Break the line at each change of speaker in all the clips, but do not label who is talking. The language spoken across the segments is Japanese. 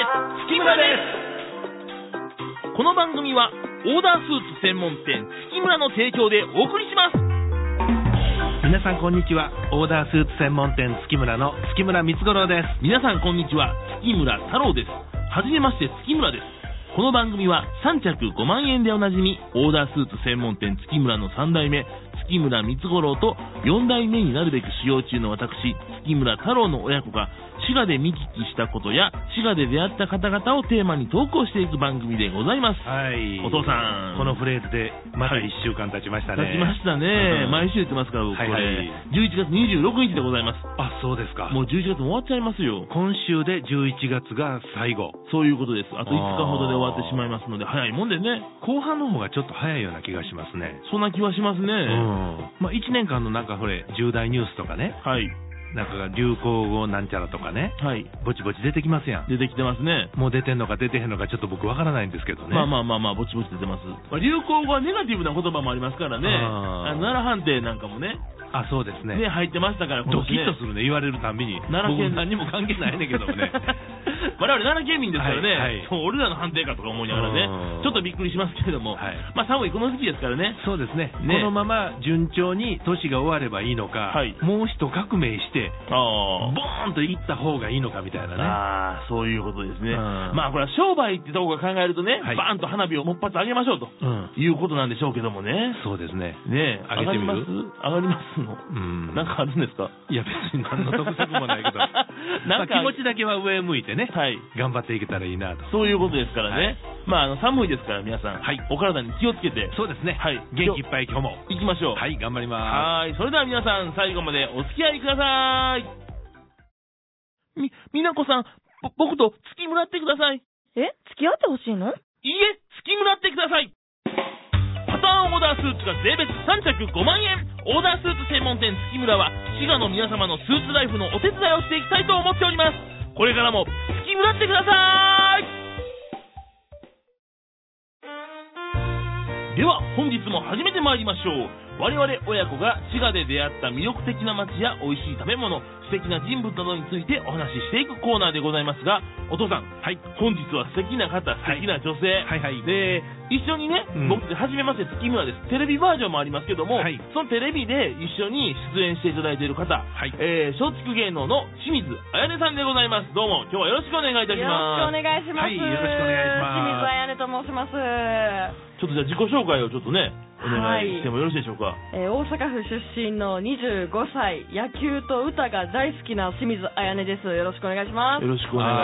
村ですこの番組はオーダースーツ専門店月村の提供でお送りします
皆さんこんにちはオーダースーツ専門店月村の月村光五郎です
皆さんこんにちは月村太郎ですはじめまして月村ですこの番組は3着5万円でおなじみオーダースーツ専門店月村の3代目月村光五郎と4代目になるべく使用中の私月村太郎の親子が滋賀で見聞きしたことや滋賀で出会った方々をテーマに投稿していく番組でございます
はい
お父さん
このフレーズでまだ
はい
1週間経ちました
経
ね、
ちましたね、
うん
毎週言ってますから僕これ、
はいはい
11月26日でございます
あそうですか
もう11月も終わっちゃいますよ
今週で11月が最後
そういうことですあと5日ほどで終わってしまいますので早いもんでね
後半の方がちょっと早いような気がしますね
そんな気はしますね、
うんまあ、1年間のなんかこれ重大ニュースとかね
はい
なんかが流行語なんちゃらとかね
はい
ぼちぼち出てきますやん
出てきてますね
もう出てんのか出てへんのかちょっと僕わからないんですけどね
まあまあまあまあ、ぼちぼち出てます。まあ、流行語はネガティブな言葉もありますからね。
あー
あの奈良判定なんかもね、
あそうですね
ね、入ってましたから、今
ド
年
キッ
ね
とするね言われるたんびに
奈良県
僕何にも関係ないねんけども ね
我々奈良県民ですからね、
はいはい
そう俺らの判定かとか思いながら
うん
ね、ちょっとびっくりしますけれども、
はい
まあ寒いこの時期ですからね。
そうですね
ね
このまま順調に年が終わればいいのか、
はい
もう一革命してボ
あ
ーンといった方がいいのかみたいなね
あーそういうことですね。
うん
まあこれは商売ってとこが考えるとね、
はい
バーンと花火をもっぱつ上げましょうと
うん
いうことなんでしょうけどもね。
そうですね
ね
上げてみ
上
る
がります上がりま
うん
すのなんかあるんですか
いや別に何の得策も ないけど
なんか
まあ気持ちだけは上向いてね、
はい。
頑張っていけたらいいなと
そういうことですからね。まあ、あの、寒いですから、皆さん。
はい
お体に気をつけて。
そうですね
はい
元気いっぱい今日も
行きましょう。
はい頑張りま
はーい。それでは皆さん、最後までお付き合いください。み、みなこさん、ぼ僕と月村ってください。
え付き合ってほしい
い
の
いえ、月村ってください。パターンオーダースーツが税別3着5万円。オーダースーツ専門店月村は、滋賀の皆様のスーツライフのお手伝いをしていきたいと思っております。これからも、月村ってください。では本日も始めてまいりましょう我々親子が滋賀で出会った魅力的な街や美味しい食べ物素敵な人物などについてお話ししていくコーナーでございますがお父さん、はい、本日は素敵な方素敵な女性、
はいはい
で一緒にね、
うん
僕たち初めまして月村ですテレビバージョンもありますけども、
はい
そのテレビで一緒に出演していただいている方、
はい
えー松竹芸能の清水彩音さんでございますどうも今日はよろしくお願いいたし
よ
ま
ろし
す
くお願いします。
はいよろしくお願いします
清水彩音と申します。
ちょっとじゃあ自己紹介をちょっとねお願いしてもよろしいでしょうか、
えー大阪府出身の25歳、野球と歌が大好きな清水彩音です。よろしくお願いします
よ。ろし
す
くお願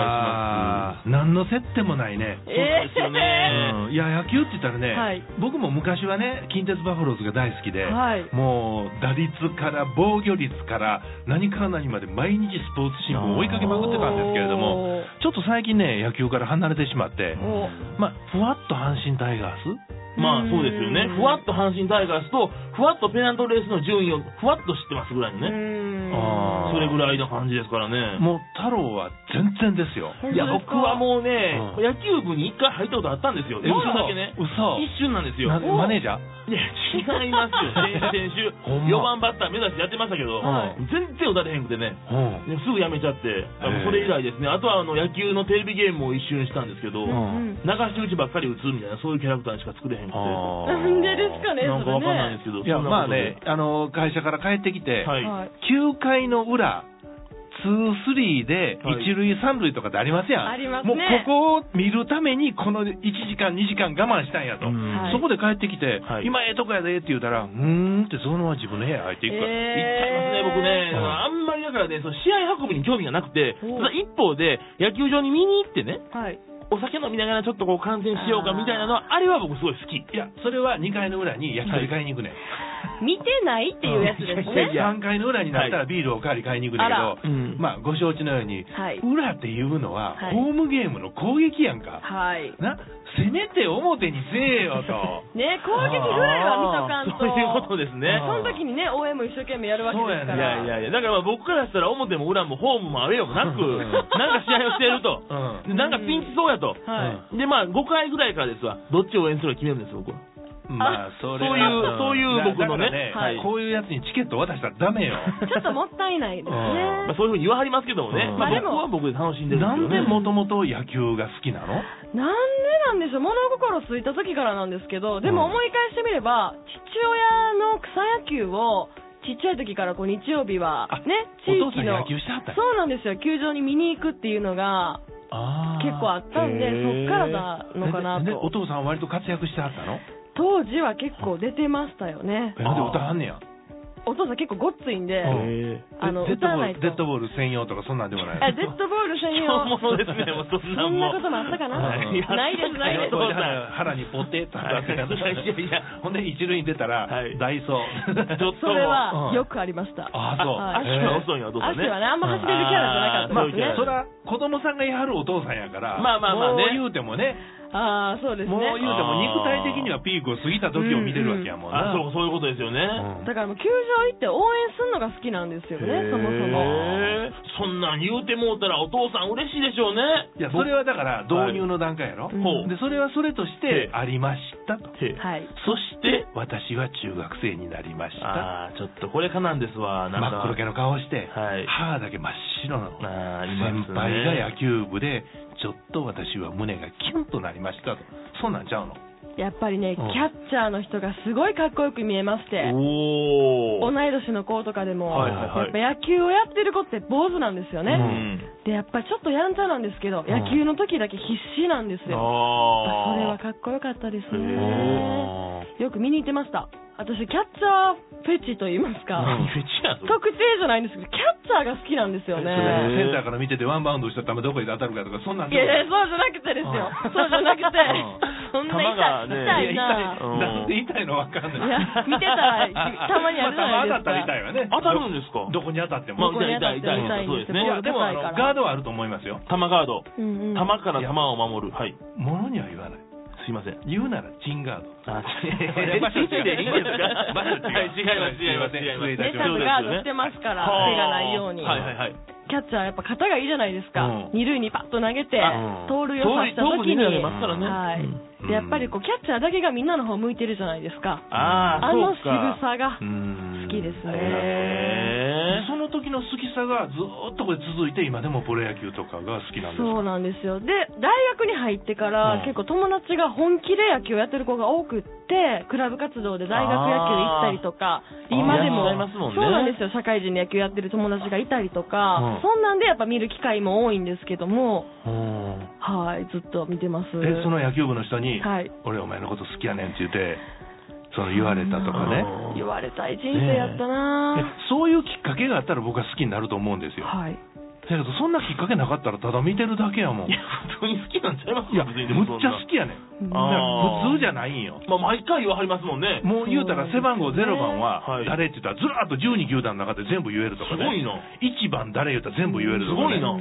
いします。
あー何の接点もないね、
そうですよね。
うんいや野球って言ったらね、
はい
僕も昔はね近鉄バファローズが大好きで、
はい
もう打率から防御率から何から何まで毎日スポーツ新聞を追いかけまくってたんですけれども
おー
ちょっと最近ね野球から離れてしまって、
お
まあ、ふわっと阪神タイガース
まあそうですよね。ふわっと阪神タイガースと、ふわっとペナントレースの順位をふわっと知ってますぐらいの
うー
ね。
ん
あー
それぐらいの感じですからね。
もう太郎は全然ですよ
本
い
当
や、
です
僕
か
はもうね、
うん
野球部に一回入ったことあったんですよ。一
え
瞬だけね。
嘘
一瞬なんですよ。
ないマネージャー
や、違いますよ。 先先週、
ほん
4番
ま
バッター目指してやってましたけど、
はい
全然打たれへんくてね。
う
ね
ん
すぐやめちゃって、あの
へえ
それ以来ですね。あとはあの野球のテレビゲームを一瞬したんですけど、
うん
うん
流し打ちばっかり打つみたいな、そういうキャラクターにしか作れへんくて。
あー
なんでですかね、
なんかわかんないんです
そ
けど、
いや
そんな
ま
こ
あ
とで
ね、あの会社から帰ってきて、
は
れね。
い。
はい
9回の裏、ツースリーで
はい
一塁三塁とかでありますやん、
あります
もう
ね
ここを見るために、この1時間、2時間我慢したんやと、
うん
はい
そこで帰ってきて、
はい
今、ええとこやでって言うたら、うーんって、そのまま自分の部屋入っていくか
行
ら、
っちゃいますね、僕ね、
うん
あんまりだからね、その試合運びに興味がなくて、
おう
ただ一方で、野球場に見に行ってね、
僕ね。はい。
お酒飲みながらちょっとこう観戦しようかみたいなのは、あれは僕すごい好き。
いや、それは2回の裏に焼き鳥買いに行くねん、
見てないっていうやつ
い
です
やいやい
ね。
や
3回の裏になった
は
らビールをおかわり買いに行くねんけ
あ
ど、
うん
まあ、ご承知のように、
はい。
裏っていうのは、
はい
ホームゲームの攻撃やんか。
はい。
なせめて表にせえよと。
ね攻撃ぐらいは見とかんと。
そういうことですね。
その時にね、応援も一生懸命やるわけです
そ
か
う
いや
ら。
いやいや、だからまあ僕からしたら表も裏もホームもアウェーもなく、
うん
なんか試合をしてやると、
うん
でなんかピンチそうやと、
はい
うん
でまあ5回ぐらいからですわ、どっちを応援するか決めるんです、僕は。
まあ、それ
そういう
は
そういう僕のね
だから
はい
こういうやつにチケット渡したらダメよ。
ちょっともったいないですね
う
ま
ん
あ、そういうふうに言わはりますけどもね、
うん
まあ、
まあで
僕は
も
僕で楽しんでる
なんん
です
で
よね
もともと野球が好きなの
なんでなんでしょう物心ついた時からなんですけどでも
うん
思い返してみれば父親の草野球をちっちゃい時からこう日曜日は
あ
ね地
お父さ
域
ん
の
野球してはったんや
そうなんですよ球場に見に行くっていうのが
あー
結構あったんで
へー
そっからなのかな
えででお
と
父さんは割と活躍してはったの
当時は結構出てましたよね
えなんで歌はんねや。
お父さん結構ごっついん
う
で
へ
ん
あの
デッド
歌
ボ
わな
ー
い
ルデッ
と
ドボール専用とかそんなんでもない
あデッドボール専用
ものですね、もうそんな
そん
も
なこともあったかな
はい
ないですないです
お父さん
腹にポテッと当たってた
はいいやいや
ほんで一塁に出たら、
はい
ダイソー
ちょっと
それは
うん
よくありました
あそう
はい
足は遅いんや、お父さんね。
足はねあんま走れるキャラじゃなかったですね
あー
そら子供さんがやはるお父さんやから
まあまあまあね
もう言うてもね
ああそうですね
もう言うても肉体的にはピークを過ぎた時を見てるわけやもん
あ
な、
そうそういうことですよね。
うん
だからもう球場行って応援するのが好きなんですよね、そもそも。
へえそんなん言うてもうたらお父さん嬉しいでしょうね。
いやそれはだから導入の段階やろ、
うん
ほう
でそれはそれとしてありましたと
へえ
はい。
そして、
私は中学生になりました
ああ、ちょっとこれかなんですわ、なん
真っ
か。
黒けの顔して、
はい
歯だけ真っ白なの
あーいますね
先輩が野球部でちょっと私は胸がキュンとなりましたとそんなんちゃうの
やっぱりね、キ
うん
ャッチャーの人がすごいかっこよく見えまして、
お
同
お。
い年の子とかでも、
はいはいはい
やっぱ野球をやってる子って坊主なんですよね。
うん。
で、やっぱりちょっとやんちゃなんですけど、
ん
野球の時だけ必死なんですよ。
ああ。
それはかっこよかったです
へ
ね。よく見に行ってました。私、キャッチャーフェチと言いますか、
何フェチやそれ
特定じゃないんですけど、キャッチャーが好きなんですよ
それ
ね。
センターから見ててワンバウンドした球どこに当たるかとかそんなん
い
でも
やいや、そうじゃなくてですよ
う。ん
そうじゃなくて
うん、
そんな痛い、
球が
痛
ね
い
いや
な。
うん
なんで痛いのわかんない
いや見てたらたまにあるじゃないです
ま
か
あたま当たったら痛いわね
当たるんですか
どこに当たって
ま
も、
あ、痛い痛い痛い痛い。そうです
まあ
い
ね。
やでもあの
高いから
ガードはあると思いますよ
玉ガード。
うんうん
玉から玉を守る。はい。
物には言わない
すいません。
言うならチンガード
あ、違
違う
場所違う。いいですか
場所違う
はい違います、違います、違います。
すいませ
ね
ん
ちゃんとガードしてますから、手がないように。
はいはいはい。
キャッチャーはやっぱ肩がいいじゃないですか
うん。
二塁にパッと投げて
あうん、
盗塁を刺した
盗塁
時に。
盗塁に投げますからね
はい
うん
でやっぱりこう、キャッチャーだけがみんなの方向いてるじゃないですか。
ああ、
あの
そう
仕
か。
草が。
好
好きですね
へー
その時の好きさがずーっとこれ続いて今でもプロ野球とかが好きなんですか
そうなんですよ。で、大学に入ってか
う
ら
ん、
結構友達が本気で野球をやってる子が多くって、クラブ活動で大学野球行ったりと
あ
か、
ー
今
い
で
らっしゃ
も
いますもんね
そうなんですよ。社会人で野球やってる友達がいたりと
うん
か、そんなんでやっぱ見る機会も多いんですけども、
うん
はい、ずっと見てます。
えその野球部の人に、
はい
俺お前のこと好きやねんって言ってその言われたとかね
うん
言われたい人生やった
え
な
そういうきっかけがあったら僕は好きになると思うんです
ぁ
よだ
はい。
けどそんなきっかけなかったらただ見てるだけやもん
いや、普通に好きなんちゃいます
いやむ
別にでもそん
っち
な
ゃ好きやねん
うん
あー
だから普通じゃないんよ
まあ、毎回言わはりますもんね。
もう言うたら背番号0番は
はい
誰って言ったらずらっと12球団の中で全部言えるとか
す
ね
ごいな
1番誰言うたら全部言えると
すご
か
い
ね
な
うん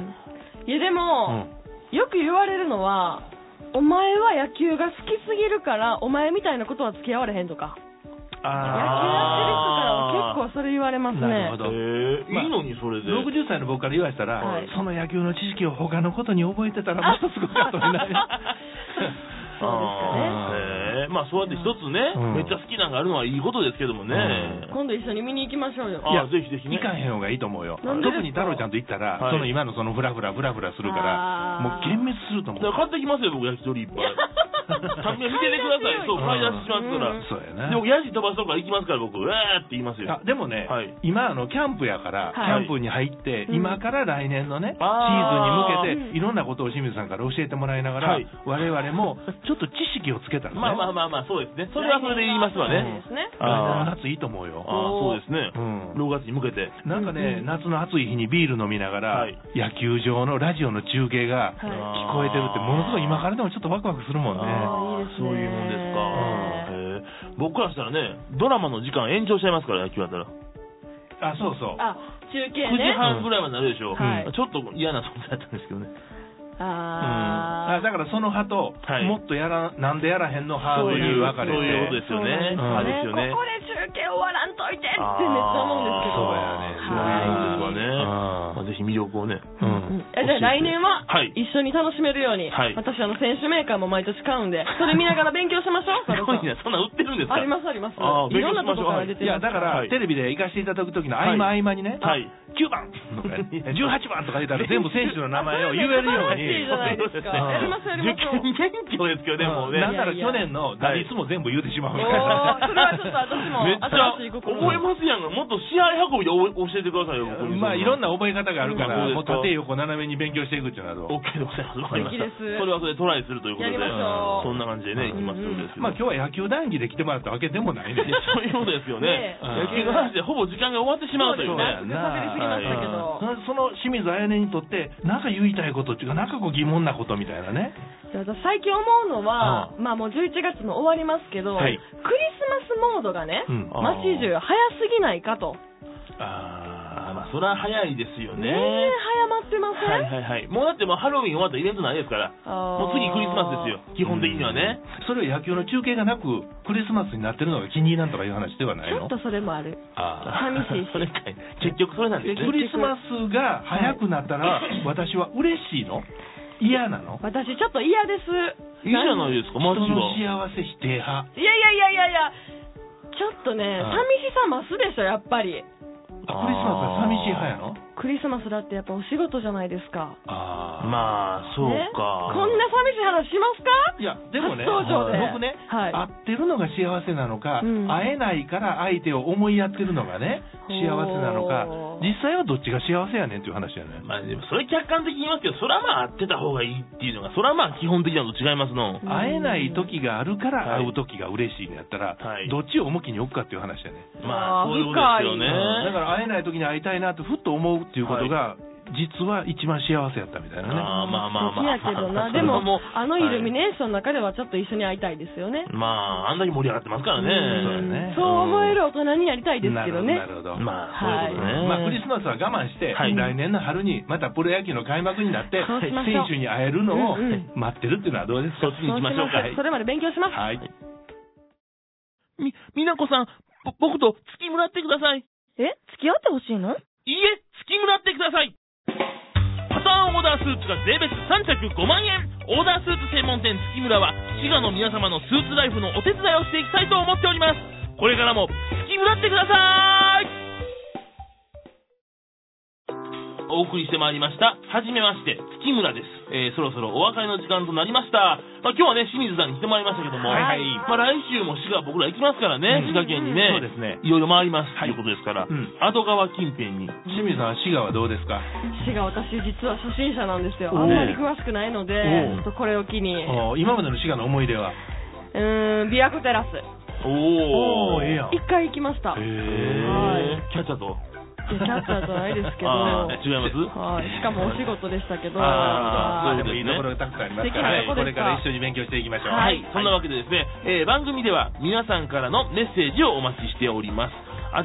いや、でも、よく言われるのは、お前は野球が好きすぎるから、お前みたいなことは付き合われへんとか。野球やってる人からは結構それ言われますね。
なるほど
へえ
まあ
いいのにそれで。
60歳の僕から言わしたら、
はい
その野球の知識を他のことに覚えてたらもっとすごかったになる
そう
へえまあ、そうやって一つね、
うん
めっちゃ好きなんがあるのはいいことですけどもね。
うん
今度一緒に見に行きましょうよ。
あ
いや
ぜひぜひね
行かへん方がいいと思うよ
なんでですか
特に太郎ちゃんと行ったら、
はい
その今のそのフラフラフラフラするから
あー
もう幻滅すると思
だ
う
から買ってきますよ、僕、焼き鳥いっぱい。単品見ててください。そう、買い出ししますから。
そうやな
で、僕、ヤジ飛ばすとこから行きますから、僕、うわーって言いますよ。
あでもね、
はい
今あのキャンプやから、
はい
キャンプに入って、
うん
今から来年のねシ
あー
ーズンに向けていろんなことを清水さんから教えてもらいながら、
はい
我々もちょっと知識をつけたらね
まあまあまあまあ、そうですね。それはそれで言いますわね。
そうですね
あ
来年の夏いいと思うよ
あ、そうですね。
うん
6月に向けて。
なんかね、
うん
夏の暑い日にビール飲みながら、
はい
野球場のラジオの中継が聞
は
こえてるって、ものすごい今からでもちょっとワクワクするもんね。
あー
いいですね
そういうもんですか。へえ僕からしたらね、ドラマの時間延長しちゃいますから、野球やったら。
あ、そうそう。
あ、中継
9時
ね。
半ぐらいまでなるでしょ。
はい
ちょっと嫌な存在だったんですけどね。
あ
あ
だからその派と、
はい
もっとやらなんでやらへんの派
そう
と
い
いう
う、
分かれ
そういうこと
て
ですよね。
うん
あれですよね
ここ。で中け終わらんといてってめっちゃ思うんですけど。
そうやね
そういう
はい
のはね、まあ、ぜひ魅力 をね、
う
うん
ん。
えじゃあ来年は
はい
一緒に楽しめるように、
はい
私あの選手メーカーも毎年買うんで、それ見ながら勉強しましょう。
す
佐
ご
藤さん
いね、 そんなん売ってるんですか
ありますあります。
あー
いろんなとこから出
勉強しましょう
て
いや、だか
は
ら
い、
テレビで行かせていただくときの
は
合
い
間合間にね、
はい
9番とかね18番 とか言ったら全部選手の名前を言えるよう
素晴らしいじゃ
に。
ないですか。やりましょうやりましょう。
受験勉強ですけどね、もうね。
なん
めっ
なら去年の打率も全部言うてしまう
お
みたい
ーそれはちょっと私も
ちゃ
新しい
覚
心
えますやんが、もっと試合運びで覚え教えてくださいよ、僕
な。まあ、いろんな覚え方がある
う
か
ん
ら、
そ
も
う
う
ですか
縦横斜めに勉強していくっていうのはどう
OK でございます。わかりました。
素敵です
それはそれでトライするということで、
やりましょう
そんな感じでね、いきますんですけど。
まあ、今日は野球談義で来てもらったわけでもないね
い。やそういうことですよね
ね。
え
野球の話でほぼ時間が終わってしまうという
そうです
ね。
ね喋りすぎましたけど。
うんその清水彩音にとって、なんか言いたいことっていうか、なんかこう疑問なことみたいなね。
じゃあ私最近思うのは、まあもう11月も終わりますけど、
はい
クリスマスモードがね、
うん
あー
街中早すぎないかと。
ああ、まあ、それは早いですよ
年
ね。
々早まってません、
はいはいはい。もうだってもうハロウィン終わったらイベントないですから。
あー
もう次クリスマスですよ。基本的にはね。
それは野球の中継がなく、クリスマスになってるのが気に入りなんとかいう話ではない
ちょ
の
っとそれもある。
あ
寂しいし
それかい。結局それなんで
です
ね。
クリスマスが早くなったら、私は嬉しいの嫌なの
私ちょっと嫌です。
いいじゃないですか、マジ
人の
は。
幸せ否定派
いやいやいやいやいや、ちょっとね、
うん
寂しさ増すでしょ、やっぱり。
あクリスマスは寂しい派やの
クリスマスだってやっぱお仕事じゃないですか。
ああ
まあ、そう
ね
か。
こんな寂しい話しますか
いやでもね
初登場で
僕ね、
はい
会ってるのが幸せなのか、
うん
会えないから相手を思いやってるのがね幸せなのか
ほう
実際はどっちが幸せやねんっていう話やね
まあでもそれ客観的に言いますけど、それはまあ合ってた方がいいっていうのが、それはまあ基本的なのと違いますの。
ん
会えない時があるから会う時が嬉しいのやったら、
はい
どっちを重きに置くかっていう話やね、
まあ
あー
そういうことですよね。
深
だから会えない時に会いたいなってふっと思うっていうことが、実は一番幸せやったみたいなね
あーまあまあまあ
好きやけど
そ
な。
れ
で
はも
も
う、
あのイルミネーションの中ではちょっと一緒に会いたいですよね。
まあ、あんだけ盛り上がってますから
う
ね。
んね
そう思える大人になりたいですけどね。
なるほどなるほど、
まあ、
は
そ
い
ういうことね。
まあ、クリスマスは我慢して、
はい
来年の春にまたプロ野球の開幕になって、
そうしましょ
選
う
手に会えるのを
うんうん
待ってるっていうのはどうです
そ
か
っちに行きましょうか。
それまで勉強します。
はい。
み、みなこさん、ぼ、僕と付きもらってください。
え付き合ってほしいの
いいえ、付きもらってください。パターンオーダースーツが税別3着5万円オーダースーツ専門店月村は滋賀の皆様のスーツライフのお手伝いをしていきたいと思っておりますこれからも月村ってくださいお送りしてまいりました。はじめまして、月村です。えー、そろそろお別れの時間となりました。まあ、今日はね、清水さんに来てまいりましたけども、
はいはい
まあ、来週も滋賀僕ら行きますからね、滋賀県にね、
そうですね
いろいろ回ります、ということですから、
うん
後川近辺に
清水さん、滋賀はどうですか
私が私実は初心者なんですよ。
おう
あんまり詳しくないので、
おう
ちょっとこれを機に、う
お今までの滋賀の思い出は。
ーん、琵琶湖テラス。
おー、
ええやん
一回行きました。
へ
い
へ
ー
ーキャッチャーと
やキャッチャーじゃないですけ ど、
あー違います
はい、しかもお仕事でしたけど、
あーなるほど
まあで
はい
もいいところがたくさんありますから、
素敵なと
こ
こで
れ
し
か
た
ら一緒に勉強していきましょう。
は
はい
い、そんなわけでですね、えー番組では皆さんからのメッセージをお待ちしております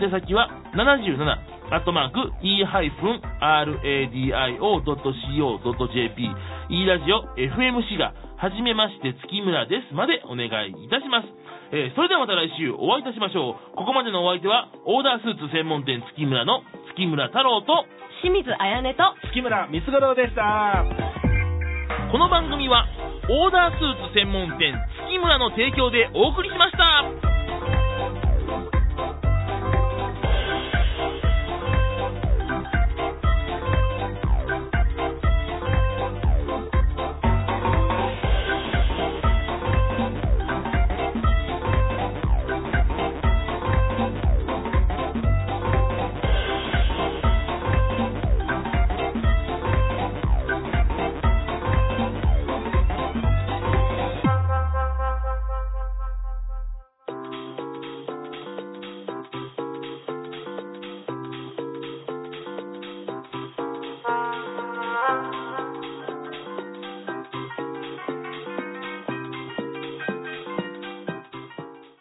宛先は77アットマーク e-radio.co.jp e ラジオ FM シがはじめまして月村ですまでお願いいたしますえーそれではまた来週お会いいたしましょうここまでのお相手はオーダースーツ専門店月村の月村太郎と
清水彩音と
月村光五郎でした。
この番組はオーダースーツ専門店月村の提供でお送りしました